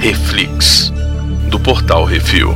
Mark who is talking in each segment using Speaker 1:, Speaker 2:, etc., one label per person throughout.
Speaker 1: Reflix, do portal Refil.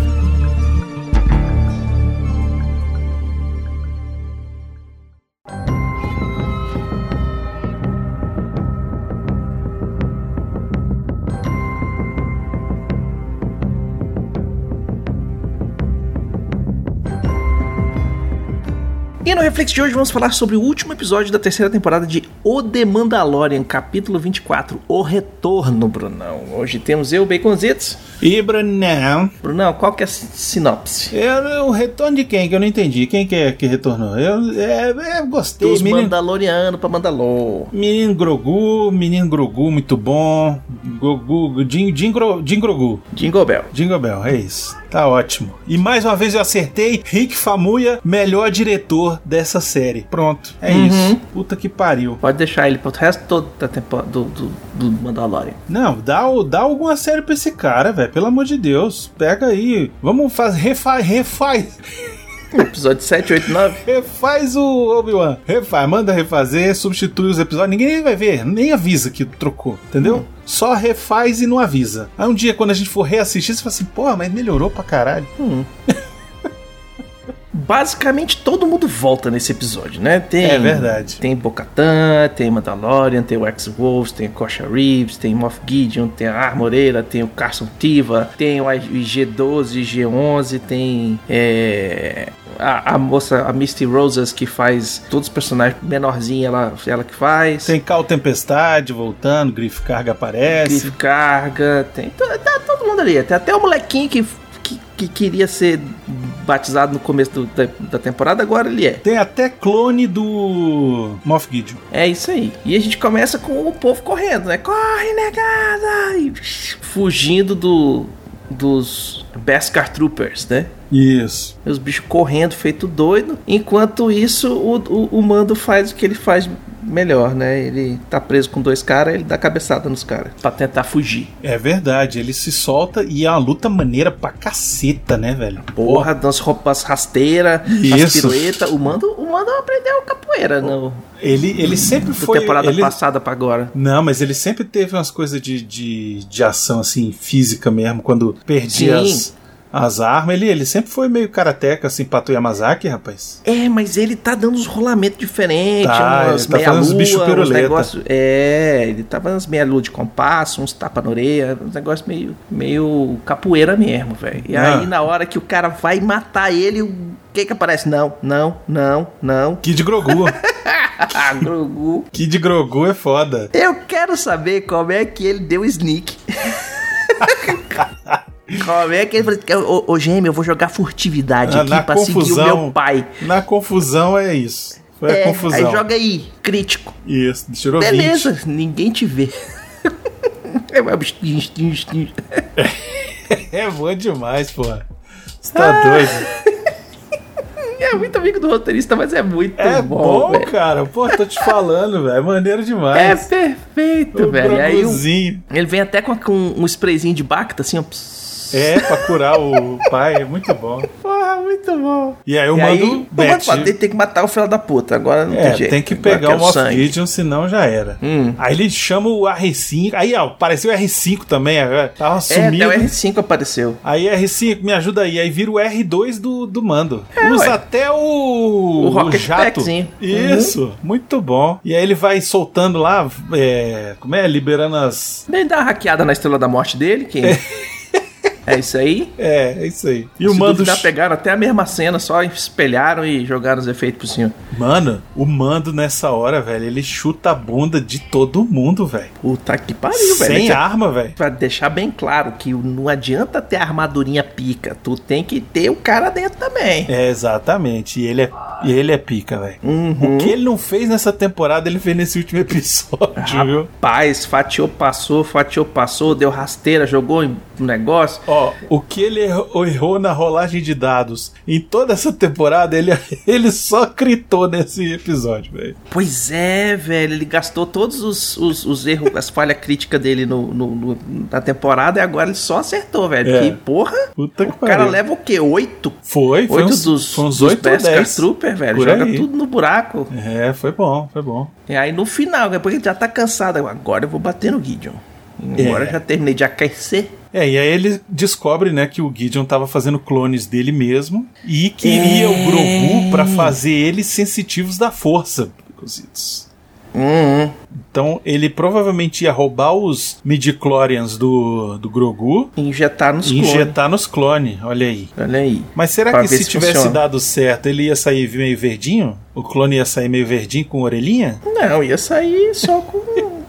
Speaker 2: E no Reflex de hoje vamos falar sobre o último episódio da terceira temporada de O The Mandalorian, capítulo 24, O Retorno, Brunão. Hoje temos eu, Baconzitos.
Speaker 3: E Brunão,
Speaker 2: Brunão, qual que é a sin- sinopse?
Speaker 3: eu, o retorno de quem? Que eu não entendi. Quem que é que retornou? Eu, é, é, gostei.
Speaker 2: Dos
Speaker 3: menino,
Speaker 2: Mandalorianos pra Mandalor.
Speaker 3: menino Grogu, menino Grogu, muito bom. Grogu, Jim, Jim, Gro- Jim Grogu.
Speaker 2: Jingle Bell.
Speaker 3: Jingle Bell, é isso. Tá ótimo. E mais uma vez eu acertei. Rick Famuya, melhor diretor dessa série. Pronto, é isso. Puta que pariu.
Speaker 2: Pode deixar ele pro resto todo da temporada do, do, do Mandalorian.
Speaker 3: Não, dá, o- dá alguma série pra esse cara, velho. Pelo amor de Deus. Pega aí. Vamos fazer. Refaz. refaz
Speaker 2: Episódio 7, 8, 9.
Speaker 3: Refaz o Obi-Wan. Refaz, manda refazer, substitui os episódios. Ninguém nem vai ver, nem avisa que trocou, entendeu?
Speaker 2: Hum.
Speaker 3: Só refaz e não avisa. Aí um dia, quando a gente for reassistir, você fala assim, porra, mas melhorou pra caralho.
Speaker 2: Basicamente todo mundo volta nesse episódio, né? Tem,
Speaker 3: É verdade.
Speaker 2: Tem Bocatã, tem Mandalorian, tem o X-Wolves, tem Coxa Reeves, tem Moff Gideon, tem a Armoreira, tem o Carson Tiva, tem o IG-12, IG-11, tem é, a, a moça, a Misty Rosas, que faz todos os personagens menorzinha, ela, ela que faz.
Speaker 3: Tem Cal Tempestade voltando, Griff Carga aparece.
Speaker 2: Griff Carga, tem to- tá todo mundo ali. Tem até o molequinho que, que, que queria ser batizado no começo do- da, da temporada, agora ele é.
Speaker 3: Tem até clone do Moff Gideon.
Speaker 2: É isso aí. E a gente começa com o povo correndo, né? Corre, negada! E fugindo do, dos Beskar Troopers, né?
Speaker 3: Isso.
Speaker 2: Os bichos correndo, feito doido. Enquanto isso, o, o, o Mando faz o que ele faz melhor, né? Ele tá preso com dois caras, ele dá cabeçada nos caras. Pra tentar fugir.
Speaker 3: É verdade, ele se solta e é uma luta maneira pra caceta, né, velho?
Speaker 2: Porra, das roupas rasteiras, as
Speaker 3: Isso.
Speaker 2: piruetas. O Mando, o Mando aprendeu capoeira no,
Speaker 3: Ele, ele sempre
Speaker 2: da
Speaker 3: foi.
Speaker 2: temporada
Speaker 3: ele-
Speaker 2: passada pra agora.
Speaker 3: Não, mas ele sempre teve umas coisas de, de, de ação, assim, física mesmo. Quando perdia
Speaker 2: Sim.
Speaker 3: as, as armas, ele, ele sempre foi meio karateca, assim, Pato Yamazaki, rapaz.
Speaker 2: É, mas ele tá dando uns rolamentos diferentes,
Speaker 3: Tá,
Speaker 2: umas
Speaker 3: ele tá
Speaker 2: meia
Speaker 3: fazendo uns
Speaker 2: lua,
Speaker 3: bicho
Speaker 2: uns
Speaker 3: piruleta.
Speaker 2: negócios. É, ele tá fazendo uns meia lua de compasso, uns tapa na orelha, uns negócios meio, meio capoeira mesmo, velho. E
Speaker 3: Ah.
Speaker 2: aí, na hora que o cara vai matar ele, o que que aparece? Não, não, não, não.
Speaker 3: Kid Grogu.
Speaker 2: Ah, Grogu.
Speaker 3: Kid Grogu é foda.
Speaker 2: Eu quero saber como é que ele deu sneak. como é que ele falou: Ô, ô gêmeo, eu vou jogar furtividade
Speaker 3: Ah,
Speaker 2: aqui
Speaker 3: na
Speaker 2: pra seguir o
Speaker 3: confusão.
Speaker 2: meu pai.
Speaker 3: Na confusão é isso. Foi a confusão.
Speaker 2: aí joga aí, crítico.
Speaker 3: Isso, tirou 20.
Speaker 2: Beleza, ninguém te vê. É, mas bicho, bicho, bicho, bicho.
Speaker 3: É bom demais, porra. Você tá
Speaker 2: Ah,
Speaker 3: doido.
Speaker 2: É muito amigo do roteirista, mas é muito
Speaker 3: É
Speaker 2: bom,
Speaker 3: bom,
Speaker 2: velho.
Speaker 3: cara. Pô, tô te falando, velho. É maneiro
Speaker 2: É
Speaker 3: demais.
Speaker 2: perfeito,
Speaker 3: o
Speaker 2: velho. E Aí o-
Speaker 3: Groguzinho.
Speaker 2: ele vem até com, com um sprayzinho de bacta, assim, ó. Psss.
Speaker 3: É, pra curar o pai. É muito bom.
Speaker 2: Porra, muito bom.
Speaker 3: E aí eu
Speaker 2: e
Speaker 3: mando
Speaker 2: aí, pô, mas
Speaker 3: bet.
Speaker 2: tem, tem que matar o filho da puta, agora não
Speaker 3: É,
Speaker 2: tem jeito.
Speaker 3: tem que
Speaker 2: Agora
Speaker 3: pegar o
Speaker 2: quero
Speaker 3: Moff
Speaker 2: sangue.
Speaker 3: Gideon, senão já era.
Speaker 2: Hum.
Speaker 3: Aí ele chama o R5. Aí, ó, apareceu o R5 também, agora tava
Speaker 2: É,
Speaker 3: sumido.
Speaker 2: até o R5 apareceu.
Speaker 3: Aí R5, me ajuda aí. Aí vira o R2 do, do mando. Usa
Speaker 2: É, ué.
Speaker 3: até o, o,
Speaker 2: Rocket
Speaker 3: jato.
Speaker 2: Packzinho. Uhum.
Speaker 3: Isso, muito bom. E aí ele vai soltando lá, é, como é? Liberando as.
Speaker 2: Ele dá uma hackeada na estrela da morte dele, que... É isso aí.
Speaker 3: É, é isso aí. E o
Speaker 2: Se
Speaker 3: mando.
Speaker 2: duvidar, pegaram até a mesma cena, só espelharam e jogaram os efeitos por cima.
Speaker 3: Mano, o mando nessa hora, velho, ele chuta a bunda de todo mundo, velho.
Speaker 2: Puta que pariu, velho.
Speaker 3: Sem
Speaker 2: Esse-
Speaker 3: arma, velho.
Speaker 2: Pra deixar bem claro que não adianta ter a armadurinha pica, tu tem que ter o cara dentro também.
Speaker 3: É, exatamente. E ele é, e ele é pica, velho.
Speaker 2: Uhum.
Speaker 3: O que ele não fez nessa temporada, ele fez nesse último episódio, viu?
Speaker 2: Paz, fatiou, passou, fatiou, passou, deu rasteira, jogou em- um negócio.
Speaker 3: Ó, o que ele errou, errou na rolagem de dados em toda essa temporada, ele, ele só gritou nesse episódio, velho.
Speaker 2: Pois é, velho, ele gastou todos os, os, os erros, as falhas críticas dele no, no- no- na temporada e agora ele só acertou, velho.
Speaker 3: É.
Speaker 2: Que porra,
Speaker 3: Puta que
Speaker 2: o cara
Speaker 3: pariu.
Speaker 2: leva o quê? Oito?
Speaker 3: Foi, foi
Speaker 2: Oito
Speaker 3: uns,
Speaker 2: dos,
Speaker 3: foi uns
Speaker 2: dos
Speaker 3: 8 ou
Speaker 2: Beskar
Speaker 3: 10.
Speaker 2: Trooper, velho,
Speaker 3: Por
Speaker 2: joga
Speaker 3: aí.
Speaker 2: tudo no buraco.
Speaker 3: É, foi bom, foi bom.
Speaker 2: E É, aí no final, depois que ele já tá cansado, agora eu vou bater no Gideon. Agora
Speaker 3: É.
Speaker 2: eu já terminei de aquecer.
Speaker 3: É, e aí ele descobre, né, que o Gideon tava fazendo clones dele mesmo e queria o
Speaker 2: Hum.
Speaker 3: Grogu pra fazer eles sensitivos da força, cozidos.
Speaker 2: Hum, hum.
Speaker 3: Então ele provavelmente ia roubar os midichlorians do, do Grogu
Speaker 2: Injetar nos
Speaker 3: e
Speaker 2: clones.
Speaker 3: injetar nos clones, olha aí.
Speaker 2: Olha aí.
Speaker 3: Mas será
Speaker 2: Pra
Speaker 3: que
Speaker 2: ver
Speaker 3: se,
Speaker 2: se
Speaker 3: tivesse
Speaker 2: funciona.
Speaker 3: dado certo, ele ia sair meio verdinho? O clone ia sair meio verdinho com orelhinha?
Speaker 2: Não, ia sair só com.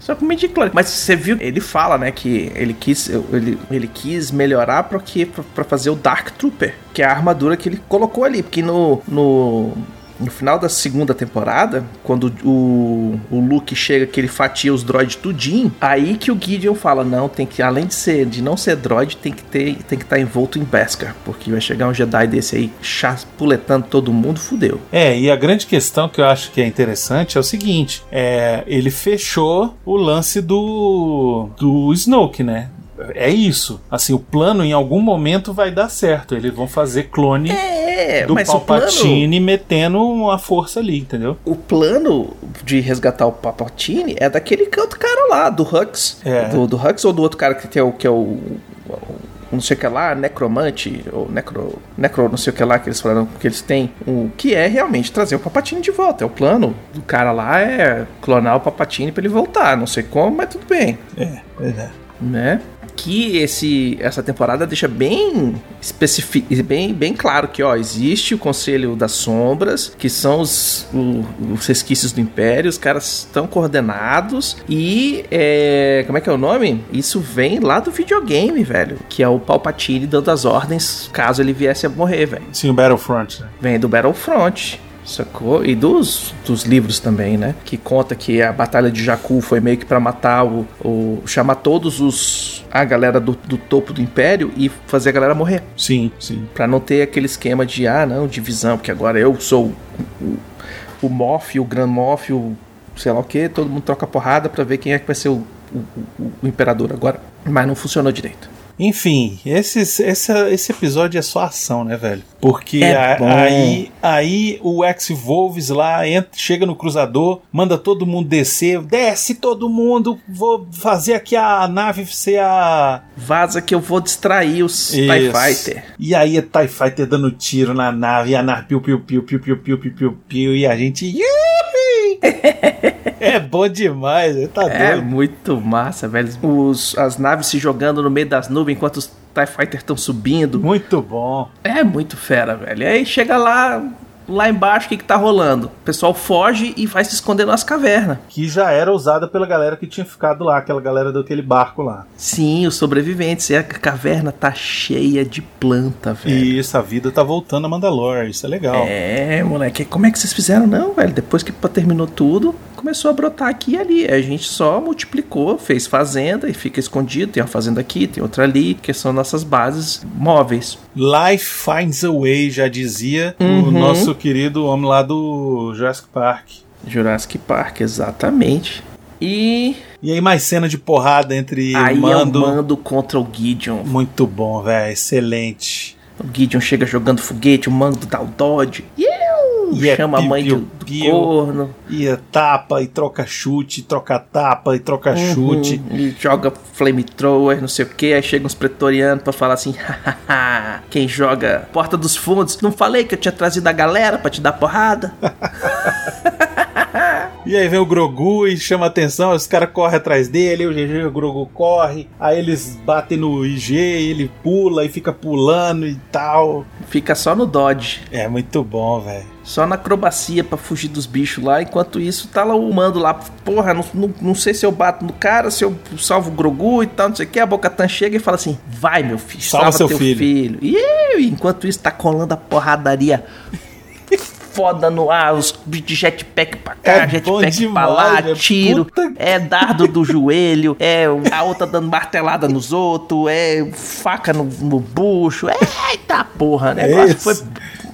Speaker 2: Só com midichlorian. Mas você viu, ele fala, né, que ele quis, ele, ele quis melhorar pra, que, pra, pra fazer o Dark Trooper, que é a armadura que ele colocou ali. Porque no, no, no final da segunda temporada, quando o, o Luke chega que ele fatia os droids tudinho, aí que o Gideon fala, não, tem que, além de ser de não ser droid, tem que ter, tem que estar envolto em Beskar, porque vai chegar um Jedi desse aí chapuletando todo mundo, fudeu.
Speaker 3: É, e a grande questão que eu acho que é interessante é o seguinte: é, ele fechou o lance do, do Snoke, né? É isso. Assim, o plano em algum momento vai dar certo. Eles vão fazer clone
Speaker 2: É,
Speaker 3: do
Speaker 2: mas o plano...
Speaker 3: Palpatine metendo uma força ali, entendeu?
Speaker 2: o plano de resgatar o Papatini é daquele canto cara lá, do Hux.
Speaker 3: É.
Speaker 2: Do, do Hux ou do outro cara que, tem o, que é o, o- Não sei o que lá, necromante, ou necro, necro. Não sei o que lá que eles falaram que eles têm. O que é realmente trazer o Papatini de volta. É o plano do cara lá é clonar o Papatini pra ele voltar. Não sei como, mas tudo bem né? Que esse, essa temporada deixa bem, especifi- bem bem claro que ó, existe o Conselho das Sombras, que são os, o- os resquícios do Império, os caras estão coordenados e é, como é que é o nome? Isso vem lá do videogame, velho, que é o Palpatine dando as ordens caso ele viesse a morrer, velho.
Speaker 3: Sim, o Battlefront, né?
Speaker 2: Vem do Battlefront. Sacou? E dos, dos livros também, né? Que conta que a Batalha de Jakku foi meio que pra matar o. o chamar todos os. a galera do, do topo do Império e fazer a galera morrer.
Speaker 3: Sim, sim.
Speaker 2: Pra não ter aquele esquema de, ah, não, divisão, porque agora eu sou o, o, o Moff, o Grand Moff, o sei lá o que, todo mundo troca porrada pra ver quem é que vai ser o, o, o- o Imperador agora. Mas não funcionou direito.
Speaker 3: Enfim, esses, esse, esse episódio é só ação, né, velho? Porque
Speaker 2: É
Speaker 3: a-
Speaker 2: bom.
Speaker 3: aí, aí o ex-Wolves lá entra, chega no cruzador, manda todo mundo descer, desce todo mundo, vou fazer aqui a nave ser a.
Speaker 2: Vaza que eu vou distrair os TIE
Speaker 3: Isso.
Speaker 2: Fighter.
Speaker 3: E aí é TIE Fighter dando tiro na nave, e a nave piu piu piu piu piu piu piu piu, piu e a gente. Yupi! é bom demais, né? tá
Speaker 2: É
Speaker 3: doido.
Speaker 2: muito massa, velho. Os, as naves se jogando no meio das nuvens enquanto os TIE Fighters estão subindo.
Speaker 3: Muito bom.
Speaker 2: É muito fera, velho. E aí chega lá, lá embaixo, o que, que tá rolando? O pessoal foge e vai se esconder nas cavernas.
Speaker 3: Que já era usada pela galera que tinha ficado lá, aquela galera daquele barco lá.
Speaker 2: Sim, os sobreviventes. E a caverna tá cheia de planta, velho.
Speaker 3: E essa vida tá voltando a Mandalore, isso é legal.
Speaker 2: É, moleque, como é que vocês fizeram? Não, velho, depois que terminou tudo, começou a brotar aqui e ali. A gente só multiplicou, fez fazenda e fica escondido. Tem uma fazenda aqui, tem outra ali, que são nossas bases móveis.
Speaker 3: Life finds a way, já dizia o
Speaker 2: Uhum.
Speaker 3: nosso querido homem lá do Jurassic Park.
Speaker 2: Jurassic Park, exatamente. E
Speaker 3: E aí mais cena de porrada entre
Speaker 2: aí
Speaker 3: o Mando.
Speaker 2: eu mando contra o Gideon.
Speaker 3: Muito bom, velho, excelente.
Speaker 2: O Gideon chega jogando foguete, o Mando dá o dodge. Iu!
Speaker 3: E é
Speaker 2: Chama a mãe
Speaker 3: piu,
Speaker 2: do, do
Speaker 3: piu.
Speaker 2: corno.
Speaker 3: E é tapa e troca chute, troca tapa e troca chute.
Speaker 2: Uhum. E joga flamethrower, não sei o que. Aí chega uns pretorianos pra falar assim: "Hahaha, quem joga Porta dos Fundos? Não falei que eu tinha trazido a galera pra te dar porrada?
Speaker 3: E aí vem o Grogu e chama atenção, os caras correm atrás dele, aí o GG, o Grogu corre, aí eles batem no IG, ele pula e fica pulando e tal.
Speaker 2: Fica só no dodge.
Speaker 3: É muito bom, velho.
Speaker 2: Só na acrobacia pra fugir dos bichos lá. Enquanto isso, tá lá o mando lá. Porra, não, não, não sei se eu bato no cara, se eu salvo o Grogu e tal, não sei o que. A Bocatan chega e fala assim: vai, meu filho,
Speaker 3: Salva
Speaker 2: salva,
Speaker 3: seu
Speaker 2: teu
Speaker 3: filho."
Speaker 2: filho. E eu, enquanto isso, tá colando a porradaria. Foda no ar, os de jetpack pra cá,
Speaker 3: É bom
Speaker 2: jetpack pra
Speaker 3: demais,
Speaker 2: lá,
Speaker 3: é
Speaker 2: tiro,
Speaker 3: puta-
Speaker 2: é dardo do joelho, é a outra dando martelada nos outros, é faca no, no bucho, é, eita porra, né? negócio
Speaker 3: Esse-
Speaker 2: foi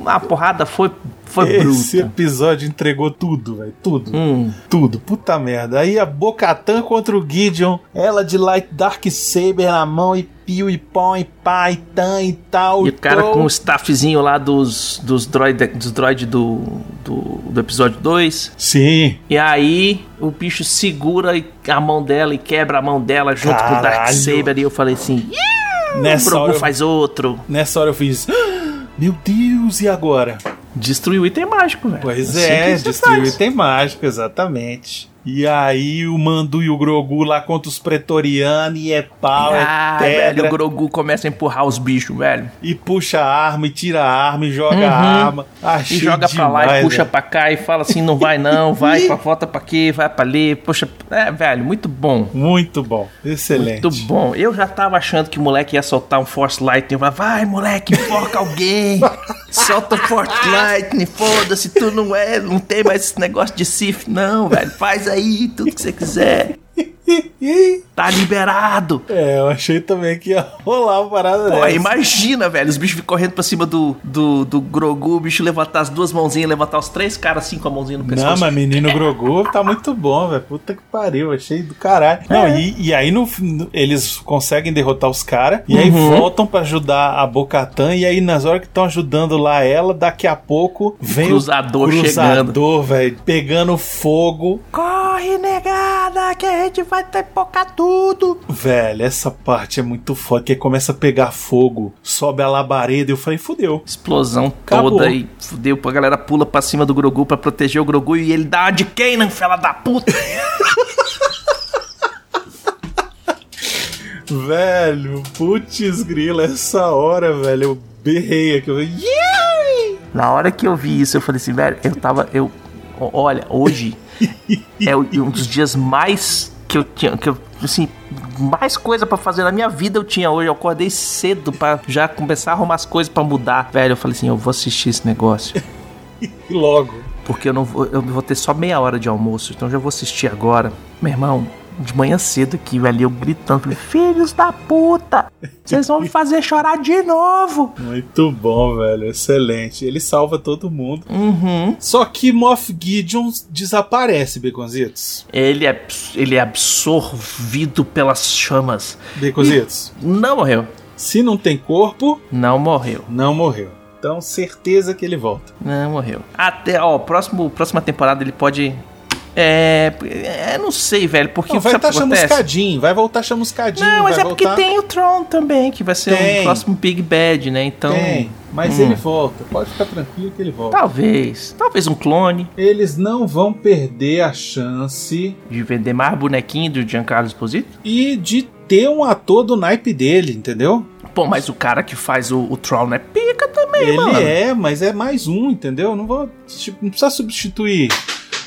Speaker 2: a porrada foi, foi
Speaker 3: Esse
Speaker 2: bruta.
Speaker 3: episódio entregou tudo, velho. Tudo.
Speaker 2: Hum.
Speaker 3: Tudo. Puta merda. Aí a Bocatan contra o Gideon. Ela de Light Dark Saber na mão e piu e pó e pá e tan e tal.
Speaker 2: E o cara
Speaker 3: tol.
Speaker 2: com o staffzinho lá dos, dos droid, dos droid do, do, do episódio 2.
Speaker 3: Sim.
Speaker 2: E aí o bicho segura a mão dela e quebra a mão dela junto com o Dark
Speaker 3: Caralho.
Speaker 2: Saber. E eu falei assim:
Speaker 3: Nessa
Speaker 2: Grogu
Speaker 3: hora, eu,
Speaker 2: faz outro.
Speaker 3: nessa hora eu fiz. "Ah, Meu Deus, e agora?
Speaker 2: Destruiu o item mágico, velho.
Speaker 3: Pois
Speaker 2: Assim
Speaker 3: é,
Speaker 2: que você
Speaker 3: destruiu
Speaker 2: faz.
Speaker 3: item mágico, exatamente. E aí o Mandu e o Grogu lá contra os pretorianos e é pau,
Speaker 2: Ah,
Speaker 3: é pedra.
Speaker 2: velho, o Grogu começa a empurrar os bichos, velho.
Speaker 3: E puxa a arma, e tira a arma, e joga a
Speaker 2: Uhum.
Speaker 3: arma. Achei
Speaker 2: E joga pra lá
Speaker 3: demais,
Speaker 2: e puxa
Speaker 3: né?
Speaker 2: pra cá e fala assim: não vai não, vai, pra, volta pra aqui, vai pra ali. Poxa, é, velho, muito bom.
Speaker 3: Muito bom, excelente.
Speaker 2: Muito bom. Eu já tava achando que o moleque ia soltar um Force Lightning. Eu falava, vai, moleque, foca alguém. Solta o
Speaker 3: Ah.
Speaker 2: Force Lightning, foda-se, tu não é, não tem mais esse negócio de Sif, não, velho. Faz aí tudo que você quiser. Tá liberado.
Speaker 3: É, eu achei também que ia rolar uma parada
Speaker 2: Pô,
Speaker 3: dessa.
Speaker 2: imagina, velho, os bichos ficam correndo pra cima do, do, do Grogu, o bicho levantar as duas mãozinhas, levantar os três caras assim com a mãozinha no
Speaker 3: Não,
Speaker 2: pescoço.
Speaker 3: mas menino Grogu tá muito bom, velho. Puta que pariu, achei do caralho. Não, e, e aí no, fim, eles conseguem derrotar os caras. E aí
Speaker 2: Uhum.
Speaker 3: voltam pra ajudar a Bocatan. E aí, nas horas que estão ajudando lá ela, daqui a pouco vem
Speaker 2: Cruzador
Speaker 3: o cruzador, velho, pegando fogo.
Speaker 2: Corre, negada, que a gente vai tepocar tudo.
Speaker 3: Velho, essa parte é muito foda. Que aí começa a pegar fogo, sobe a labareda. E eu falei, fudeu.
Speaker 2: Explosão
Speaker 3: Acabou.
Speaker 2: toda e fudeu, pô, a galera pula pra cima do Grogu pra proteger o Grogu e ele dá uma de Kanan, fela da puta.
Speaker 3: Velho, putz grila, essa hora, velho, eu berrei aqui. Eu falei, "Yay!"
Speaker 2: Na hora que eu vi isso, eu falei assim, velho, eu tava, eu, o- olha, hoje é o- um dos dias mais que eu tinha, que eu, assim, mais coisa pra fazer na minha vida eu tinha hoje. Eu acordei cedo pra já começar a arrumar as coisas pra mudar. Velho, eu falei assim, eu vou assistir esse negócio,
Speaker 3: E logo.
Speaker 2: porque eu não vou, eu vou ter só meia hora de almoço, então eu já vou assistir agora. Meu irmão, de manhã cedo aqui, velho, eu gritando, falei, filhos da puta, vocês vão me fazer chorar de novo.
Speaker 3: Muito bom, velho. Excelente. Ele salva todo mundo.
Speaker 2: Uhum.
Speaker 3: Só que Moff Gideon desaparece, Baconzitos.
Speaker 2: Ele é, abs- ele é absorvido pelas chamas.
Speaker 3: Baconzitos,
Speaker 2: Não morreu.
Speaker 3: se não tem corpo,
Speaker 2: Não morreu.
Speaker 3: não morreu. Então, certeza que ele volta.
Speaker 2: Não morreu. Até, ó, próximo, próxima temporada ele pode. É. é, não sei, velho. Porque
Speaker 3: Não, vai
Speaker 2: sabe o
Speaker 3: estar
Speaker 2: que acontece?
Speaker 3: chamuscadinho, vai voltar chamuscadinho.
Speaker 2: Não, mas
Speaker 3: vai
Speaker 2: é porque
Speaker 3: voltar-
Speaker 2: tem o Tron também, que vai ser o
Speaker 3: Tem.
Speaker 2: próximo Big Bad, né? Então.
Speaker 3: Tem, mas
Speaker 2: Hum.
Speaker 3: ele volta. Pode ficar tranquilo que ele volta.
Speaker 2: Talvez. Talvez um clone.
Speaker 3: Eles não vão perder a chance
Speaker 2: De vender mais bonequinho do Giancarlo Esposito.
Speaker 3: e de ter um ator do naipe dele, entendeu?
Speaker 2: Pô, mas o cara que faz o, o Tron é pica também,
Speaker 3: Ele
Speaker 2: mano.
Speaker 3: é, mas é mais um, entendeu? Não vou, tipo, não precisa substituir.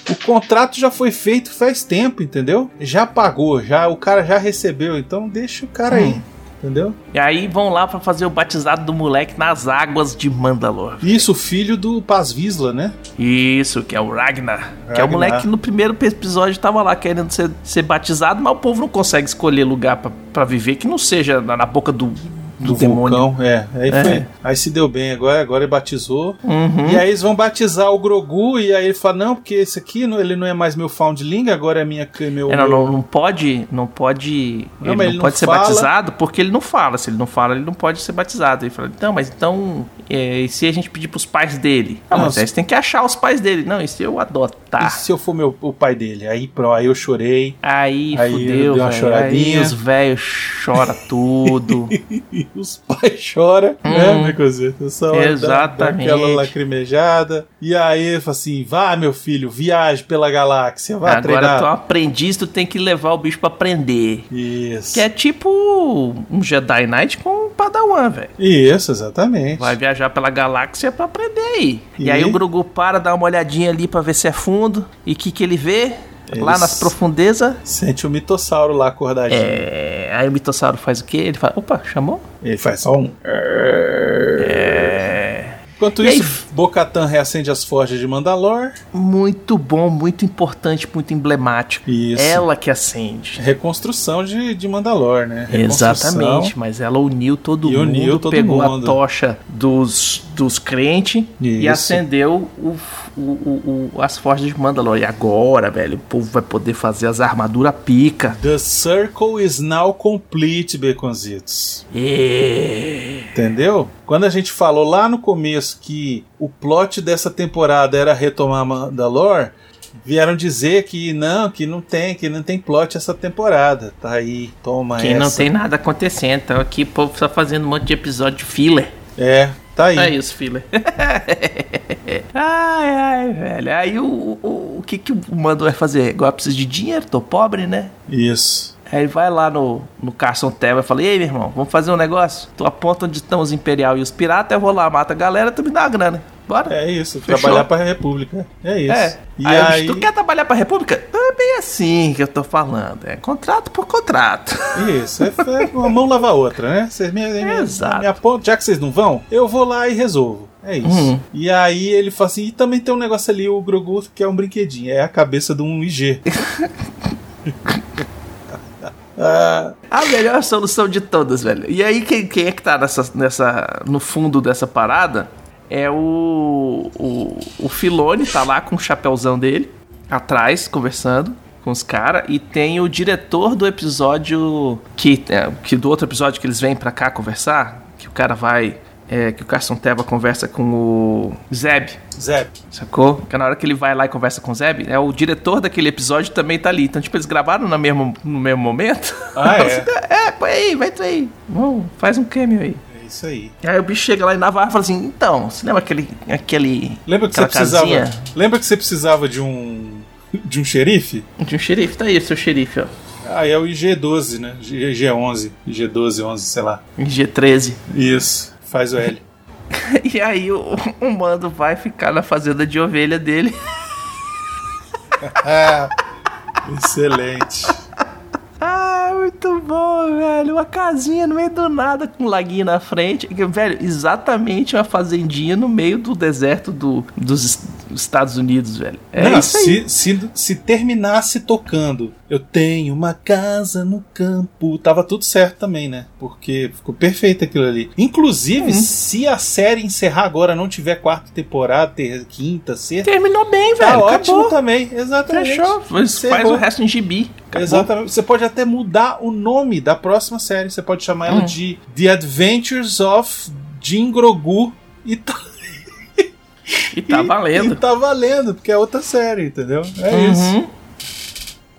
Speaker 3: O contrato já foi feito faz tempo, entendeu? Já pagou, já o cara já recebeu, então deixa o cara
Speaker 2: Hum.
Speaker 3: aí, entendeu?
Speaker 2: E aí vão lá pra fazer o batizado do moleque nas águas de Mandalor.
Speaker 3: Isso, filho do Paz Visla, né?
Speaker 2: Isso, que é o Ragnar. Que é o
Speaker 3: Ragnar.
Speaker 2: moleque que no primeiro episódio tava lá querendo ser, ser batizado, mas o povo não consegue escolher lugar pra- pra viver que não seja na, na boca do, do, demônio.
Speaker 3: vulcão, é. Aí,
Speaker 2: É.
Speaker 3: foi. aí se deu bem agora, agora ele batizou.
Speaker 2: Uhum.
Speaker 3: E aí eles vão batizar o Grogu e aí ele fala: "Não, porque esse aqui, não- ele não é mais meu foundling, agora é minha meu
Speaker 2: É, não, não, não pode, não pode,
Speaker 3: Não,
Speaker 2: ele
Speaker 3: mas
Speaker 2: não
Speaker 3: ele não
Speaker 2: pode ser
Speaker 3: fala.
Speaker 2: batizado porque ele não fala. Se ele não fala, ele não pode ser batizado. Ele fala, então, mas então, é, e se a gente pedir pros pais dele? Ah, mas
Speaker 3: Nossa.
Speaker 2: aí você tem que achar os pais dele. Não, e se eu adotar?
Speaker 3: E se eu for meu o pai dele?" Aí, pro, aí eu chorei.
Speaker 2: Aí,
Speaker 3: Aí
Speaker 2: fudeu,
Speaker 3: deu uma
Speaker 2: velho. Aí
Speaker 3: choradinha.
Speaker 2: os velhos choram tudo.
Speaker 3: E os pais choram,
Speaker 2: Hum.
Speaker 3: né, Micozito? Só dá-
Speaker 2: Exatamente.
Speaker 3: dá Aquela lacrimejada. E aí ele fala assim: vá, meu filho, viaje pela galáxia, vá
Speaker 2: Agora
Speaker 3: treinar.
Speaker 2: tu é um aprendiz, tu tem que levar o bicho pra aprender.
Speaker 3: Isso.
Speaker 2: Que é tipo um Jedi Knight com um Padawan, velho.
Speaker 3: Isso, exatamente.
Speaker 2: Vai viajar pela galáxia pra aprender aí. E,
Speaker 3: E?
Speaker 2: aí o Grogu para, dá uma olhadinha ali pra ver se é fundo. E o que, que ele vê? Lá
Speaker 3: Eles-
Speaker 2: nas profundezas.
Speaker 3: Sente o mitossauro lá acordadinho.
Speaker 2: É... Aí o Mitossauro faz o quê? Ele fala, opa, chamou?
Speaker 3: Ele faz só um.
Speaker 2: É...
Speaker 3: Enquanto
Speaker 2: E aí-
Speaker 3: isso, Bocatan reacende as forjas de Mandalor.
Speaker 2: Muito bom, muito importante, muito emblemático.
Speaker 3: Isso.
Speaker 2: Ela que acende.
Speaker 3: Reconstrução de, de Mandalor, né? Reconstrução.
Speaker 2: Exatamente, mas ela uniu todo
Speaker 3: E
Speaker 2: mundo,
Speaker 3: uniu todo
Speaker 2: pegou
Speaker 3: mundo.
Speaker 2: a tocha dos, dos crentes e
Speaker 3: Isso.
Speaker 2: acendeu o, f- o- o- o- as forjas de Mandalor. E agora, velho, o povo vai poder fazer as armaduras pica.
Speaker 3: The circle is now complete, Beconzitos.
Speaker 2: E...
Speaker 3: Entendeu? Quando a gente falou lá no começo que o plot dessa temporada era retomar Mandalor, vieram dizer que não, que não tem, que não tem plot essa temporada. Tá aí, toma
Speaker 2: Que
Speaker 3: essa.
Speaker 2: não tem nada acontecendo. Então aqui o povo tá fazendo um monte de episódio de filler.
Speaker 3: É, tá aí.
Speaker 2: É isso, filler. ai, ai, velho. Aí o, o, o que, que o Mando vai fazer? Agora precisa de dinheiro, tô pobre, né?
Speaker 3: Isso.
Speaker 2: Aí ele vai lá no, no Carson Teva e fala: Ei, meu irmão, vamos fazer um negócio? Tu aponta onde estão os Imperial e os Piratas, eu vou lá, mata a galera, tu me dá uma grana. Bora?
Speaker 3: É isso,
Speaker 2: Fechou.
Speaker 3: trabalhar pra República. É isso.
Speaker 2: É.
Speaker 3: E
Speaker 2: aí, eu disse,
Speaker 3: aí,
Speaker 2: tu quer trabalhar pra República? É bem assim que eu tô falando. É contrato por contrato.
Speaker 3: Isso, é, é uma mão lava a outra, né? Vocês me, me,
Speaker 2: Exato.
Speaker 3: me apontam, já que vocês não vão, eu vou lá e resolvo. É isso.
Speaker 2: Uhum.
Speaker 3: E aí ele fala assim, e também tem um negócio ali, o Grogu, que é um brinquedinho, é a cabeça de um IG. Ah,
Speaker 2: A melhor solução de todas, velho. E aí, quem, quem é que tá nessa, nessa, no fundo dessa parada é o, o. O Filone, tá lá com o chapéuzão dele, atrás, conversando com os caras. E tem o diretor do episódio. Que, é, que do outro episódio que eles vêm pra cá conversar. Que o cara vai. é, que o Carson Teva conversa com o Zeb.
Speaker 3: Zé,
Speaker 2: Sacou? Porque na hora que ele vai lá e conversa com o Zeb, é o diretor daquele episódio também tá ali. Então, tipo, eles gravaram na mesmo, no mesmo momento.
Speaker 3: Ah, é?
Speaker 2: Então, é, põe aí, vai tu aí. Vamos, faz um cameo aí.
Speaker 3: é isso aí.
Speaker 2: E Aí o bicho chega lá em Navarra e fala assim, então, você lembra aquele... aquele
Speaker 3: Lembra que você
Speaker 2: aquela
Speaker 3: precisava.
Speaker 2: casinha
Speaker 3: Lembra que você precisava de um. de um xerife?
Speaker 2: De um xerife, tá aí o seu xerife, ó.
Speaker 3: Aí é o IG12, né? IG11, IG12, 11, sei lá.
Speaker 2: G13.
Speaker 3: Isso, faz o L.
Speaker 2: E aí o, o mando vai ficar na fazenda de ovelha dele.
Speaker 3: Excelente.
Speaker 2: Ah, muito bom, velho. Uma casinha no meio do nada com um laguinho na frente. Que, Velho, exatamente uma fazendinha no meio do deserto do, dos es- Estados Unidos, velho. É
Speaker 3: Não,
Speaker 2: isso aí.
Speaker 3: se, se, se terminasse tocando, eu tenho uma casa no campo, tava tudo certo também, né? Porque ficou perfeito aquilo ali. Inclusive,
Speaker 2: Uhum.
Speaker 3: se a série encerrar agora, não tiver quarta temporada, ter quinta, sexta,
Speaker 2: Terminou bem,
Speaker 3: tá
Speaker 2: velho.
Speaker 3: ótimo
Speaker 2: Acabou.
Speaker 3: também. Exatamente.
Speaker 2: Fechou. Faz
Speaker 3: Encerrou.
Speaker 2: o resto em gibi. Acabou.
Speaker 3: Exatamente. Você pode até mudar o nome da próxima série. Você pode chamar
Speaker 2: Hum.
Speaker 3: ela de The Adventures of Jim Grogu e tá
Speaker 2: E tá
Speaker 3: E-
Speaker 2: valendo.
Speaker 3: E tá valendo, porque é outra série, entendeu? É isso.
Speaker 2: Uhum.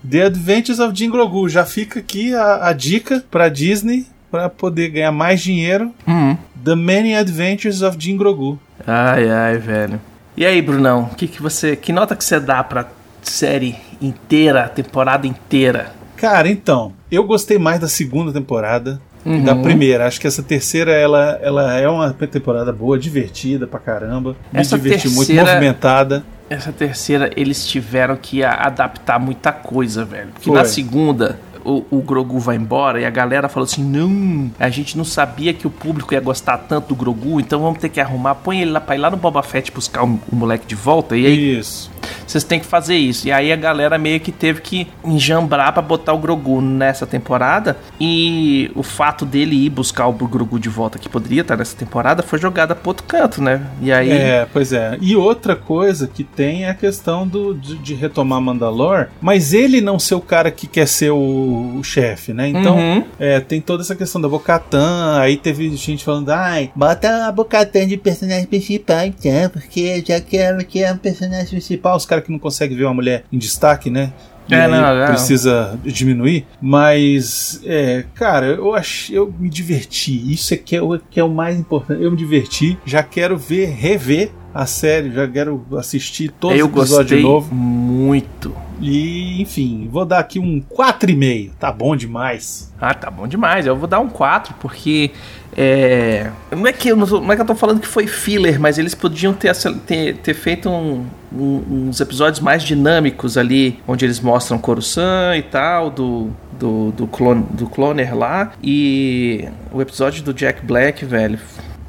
Speaker 3: The Adventures of Jim Grogu. Já fica aqui a, a dica pra Disney pra poder ganhar mais dinheiro.
Speaker 2: Uhum.
Speaker 3: The Many Adventures of Jim Grogu.
Speaker 2: Ai, ai, velho. E aí, Brunão, que, que você. Que nota que você dá pra série inteira, temporada inteira?
Speaker 3: Cara, então, eu gostei mais da segunda temporada e da
Speaker 2: Uhum.
Speaker 3: primeira. Acho que essa terceira ela, ela é uma temporada boa, divertida pra caramba. Me
Speaker 2: Essa
Speaker 3: diverti muito,
Speaker 2: terceira-
Speaker 3: movimentada.
Speaker 2: Essa terceira, eles tiveram que a- adaptar muita coisa, velho. Porque
Speaker 3: Foi.
Speaker 2: na segunda, o, o Grogu vai embora e a galera falou assim: não, a gente não sabia que o público ia gostar tanto do Grogu, então vamos ter que arrumar. Põe ele lá pra ir lá no Boba Fett buscar o, o moleque de volta. E aí
Speaker 3: Isso.
Speaker 2: vocês têm que fazer isso. E aí a galera meio que teve que enjambrar pra botar o Grogu nessa temporada. E o fato dele ir buscar o Grogu de volta, que poderia estar nessa temporada, foi jogada pro outro canto, né? E aí.
Speaker 3: É, pois é. E outra coisa que tem é a questão do, de, de retomar Mandalor, mas ele não ser o cara que quer ser o, o chefe, né? Então,
Speaker 2: Uhum.
Speaker 3: é, tem toda essa questão da Bocatã, aí teve gente falando, ai, bota a Bocatã de personagem principal, então, porque já que ela que é um personagem principal, os caras que não conseguem ver uma mulher em destaque, né? E
Speaker 2: É,
Speaker 3: aí
Speaker 2: não, não.
Speaker 3: precisa diminuir, mas é, cara, eu achei, eu me diverti. Isso é que é, o- que é o mais importante. Eu me diverti, já quero ver, rever a série, já quero assistir todos
Speaker 2: eu
Speaker 3: os episódios
Speaker 2: gostei
Speaker 3: de novo.
Speaker 2: muito.
Speaker 3: E enfim, vou dar aqui um 4,5. Tá bom demais.
Speaker 2: Ah, tá bom demais. Eu vou dar um 4, porque. É... Não, é que eu não, tô- não é que eu tô falando que foi filler, mas eles podiam ter, acel- ter, ter feito um- um- uns episódios mais dinâmicos ali, onde eles mostram Coruscant e tal, do, do, do, clone, do cloner lá. E o episódio do Jack Black, velho,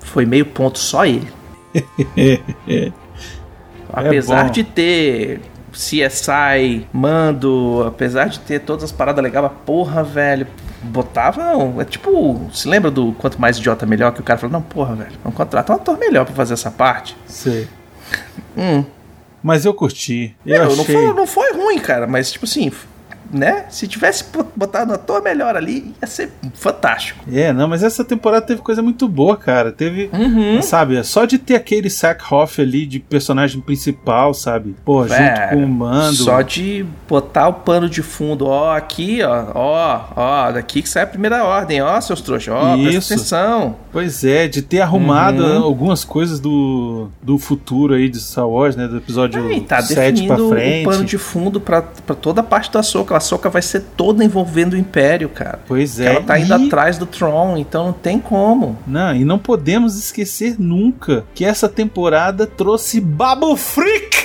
Speaker 2: foi meio ponto só ele. Apesar
Speaker 3: É bom.
Speaker 2: de ter CSI, Mando, apesar de ter todas as paradas legais, mas porra, velho. Botava. um- É tipo. Se lembra do quanto mais idiota melhor? Que o cara falou: Não, porra, velho. Vamos contratar um ator melhor pra fazer essa parte.
Speaker 3: Sei.
Speaker 2: Hum.
Speaker 3: Mas eu curti. Eu
Speaker 2: Não, não,
Speaker 3: achei.
Speaker 2: foi, não foi ruim, cara, mas tipo assim. Né? Se tivesse bot- botado um ator melhor ali, ia ser fantástico.
Speaker 3: É, não, mas essa temporada teve coisa muito boa, cara. Teve,
Speaker 2: Uhum.
Speaker 3: sabe, só de ter aquele Sackhoff ali de personagem principal, sabe? Pô, junto
Speaker 2: Velho,
Speaker 3: com o Mando.
Speaker 2: É, Só de botar o pano de fundo, ó, aqui, ó, ó, ó, daqui que sai a primeira ordem, ó, seus trouxas, ó,
Speaker 3: Isso.
Speaker 2: presta atenção.
Speaker 3: Pois é, de ter arrumado
Speaker 2: Uhum.
Speaker 3: né, algumas coisas do, do futuro aí de Star Wars, né? Do episódio
Speaker 2: Aí, tá
Speaker 3: 7 pra
Speaker 2: definindo o
Speaker 3: frente.
Speaker 2: pano de fundo pra, pra toda a parte da Soca. A Soca vai ser toda envolvendo o Império, cara.
Speaker 3: Pois é.
Speaker 2: Ela tá indo
Speaker 3: e...
Speaker 2: atrás do Tron, então não tem como.
Speaker 3: Não, e não podemos esquecer nunca que essa temporada trouxe Babu Freak!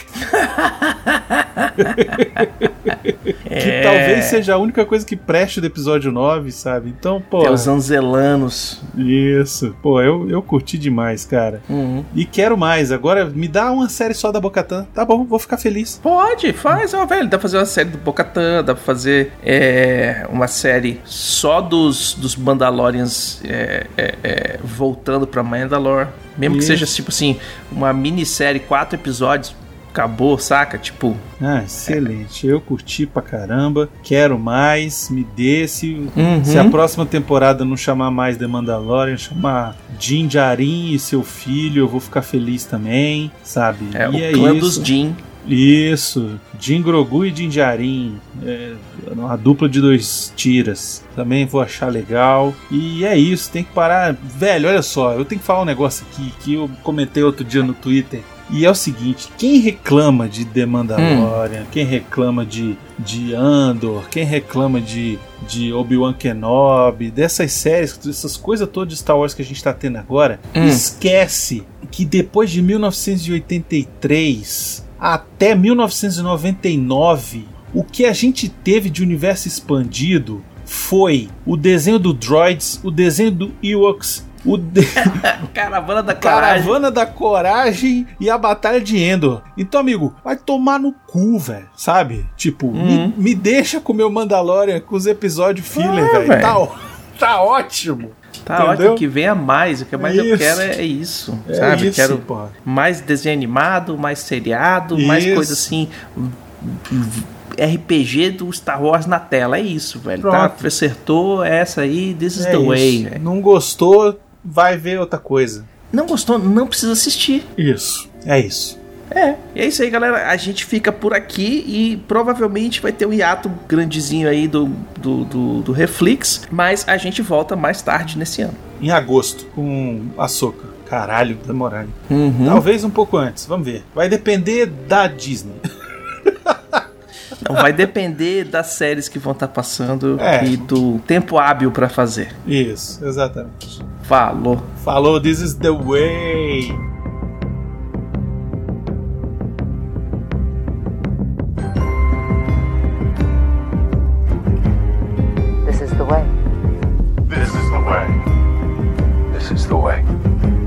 Speaker 3: Que
Speaker 2: É.
Speaker 3: talvez seja a única coisa que preste do episódio 9, sabe? Então, pô.
Speaker 2: É os anzelanos.
Speaker 3: Isso. Pô, eu, eu curti demais, cara.
Speaker 2: Uhum.
Speaker 3: E quero mais. Agora me dá uma série só da Bocatã. Tá bom, vou ficar feliz.
Speaker 2: Pode, faz, ó, velho. Dá pra fazer uma série do Bocatã, dá pra fazer é, uma série só dos, dos Mandalorians é, é, é, voltando pra Mandalore. Mesmo que
Speaker 3: Isso.
Speaker 2: seja, tipo assim, uma minissérie, quatro episódios, acabou, saca? Tipo,
Speaker 3: Ah, excelente. Eu curti pra caramba. Quero mais. Me dê. Se, se a
Speaker 2: Uhum.
Speaker 3: próxima temporada não chamar mais The Mandalorian, chamar Din Djarin e seu filho, eu vou ficar feliz também, sabe?
Speaker 2: é,
Speaker 3: e
Speaker 2: o clã dos Jin.
Speaker 3: Isso, Jim Grogu e Jim Jarin, é, uma dupla de dois tiras. Também vou achar legal. E é isso, tem que parar. Velho, olha só, eu tenho que falar um negócio aqui que eu comentei outro dia no Twitter. E é o seguinte, quem reclama de The Mandalorian, quem reclama de, de Andor, quem reclama de, de Obi-Wan Kenobi, dessas séries, dessas coisas todas de Star Wars que a gente tá tendo agora,
Speaker 2: Hum.
Speaker 3: esquece que depois de 1983 até 1999, o que a gente teve de universo expandido foi o desenho do Droids, o desenho do Ewoks, o de-
Speaker 2: Caravana da Coragem.
Speaker 3: Caravana da Coragem e a Batalha de Endor. Então, amigo, vai tomar no cu, velho. Sabe? Tipo,
Speaker 2: Uhum.
Speaker 3: me, me deixa com o meu Mandalorian com os episódios filler,
Speaker 2: É,
Speaker 3: velho.
Speaker 2: velho.
Speaker 3: Tá, ó- tá ótimo.
Speaker 2: Tá
Speaker 3: Entendeu?
Speaker 2: ótimo, que venha mais. O que mais eu
Speaker 3: Isso.
Speaker 2: quero é, é isso.
Speaker 3: É
Speaker 2: sabe?
Speaker 3: isso,
Speaker 2: Quero
Speaker 3: porra.
Speaker 2: mais desenho animado, mais seriado, mais
Speaker 3: Isso.
Speaker 2: coisa assim. RPG do Star Wars na tela, é isso, velho. Tá,
Speaker 3: Pronto.
Speaker 2: acertou essa aí, this is
Speaker 3: É
Speaker 2: the
Speaker 3: isso.
Speaker 2: way. velho.
Speaker 3: Não gostou, vai ver outra coisa.
Speaker 2: Não gostou? Não precisa assistir.
Speaker 3: Isso. É isso.
Speaker 2: É. E é isso aí, galera. A gente fica por aqui e provavelmente vai ter um hiato grandezinho aí do, do, do, do Reflex, mas a gente volta mais tarde nesse ano.
Speaker 3: Em agosto, com a soca. Caralho, demorado.
Speaker 2: Uhum.
Speaker 3: Talvez um pouco antes, vamos ver. Vai depender da Disney.
Speaker 2: Não, Então, vai depender das séries que vão estar passando
Speaker 3: É.
Speaker 2: e do tempo hábil pra fazer.
Speaker 3: Isso, exatamente.
Speaker 2: Falou.
Speaker 3: Falou, this is the way.
Speaker 4: This is the way.
Speaker 1: This is the way. This is the way.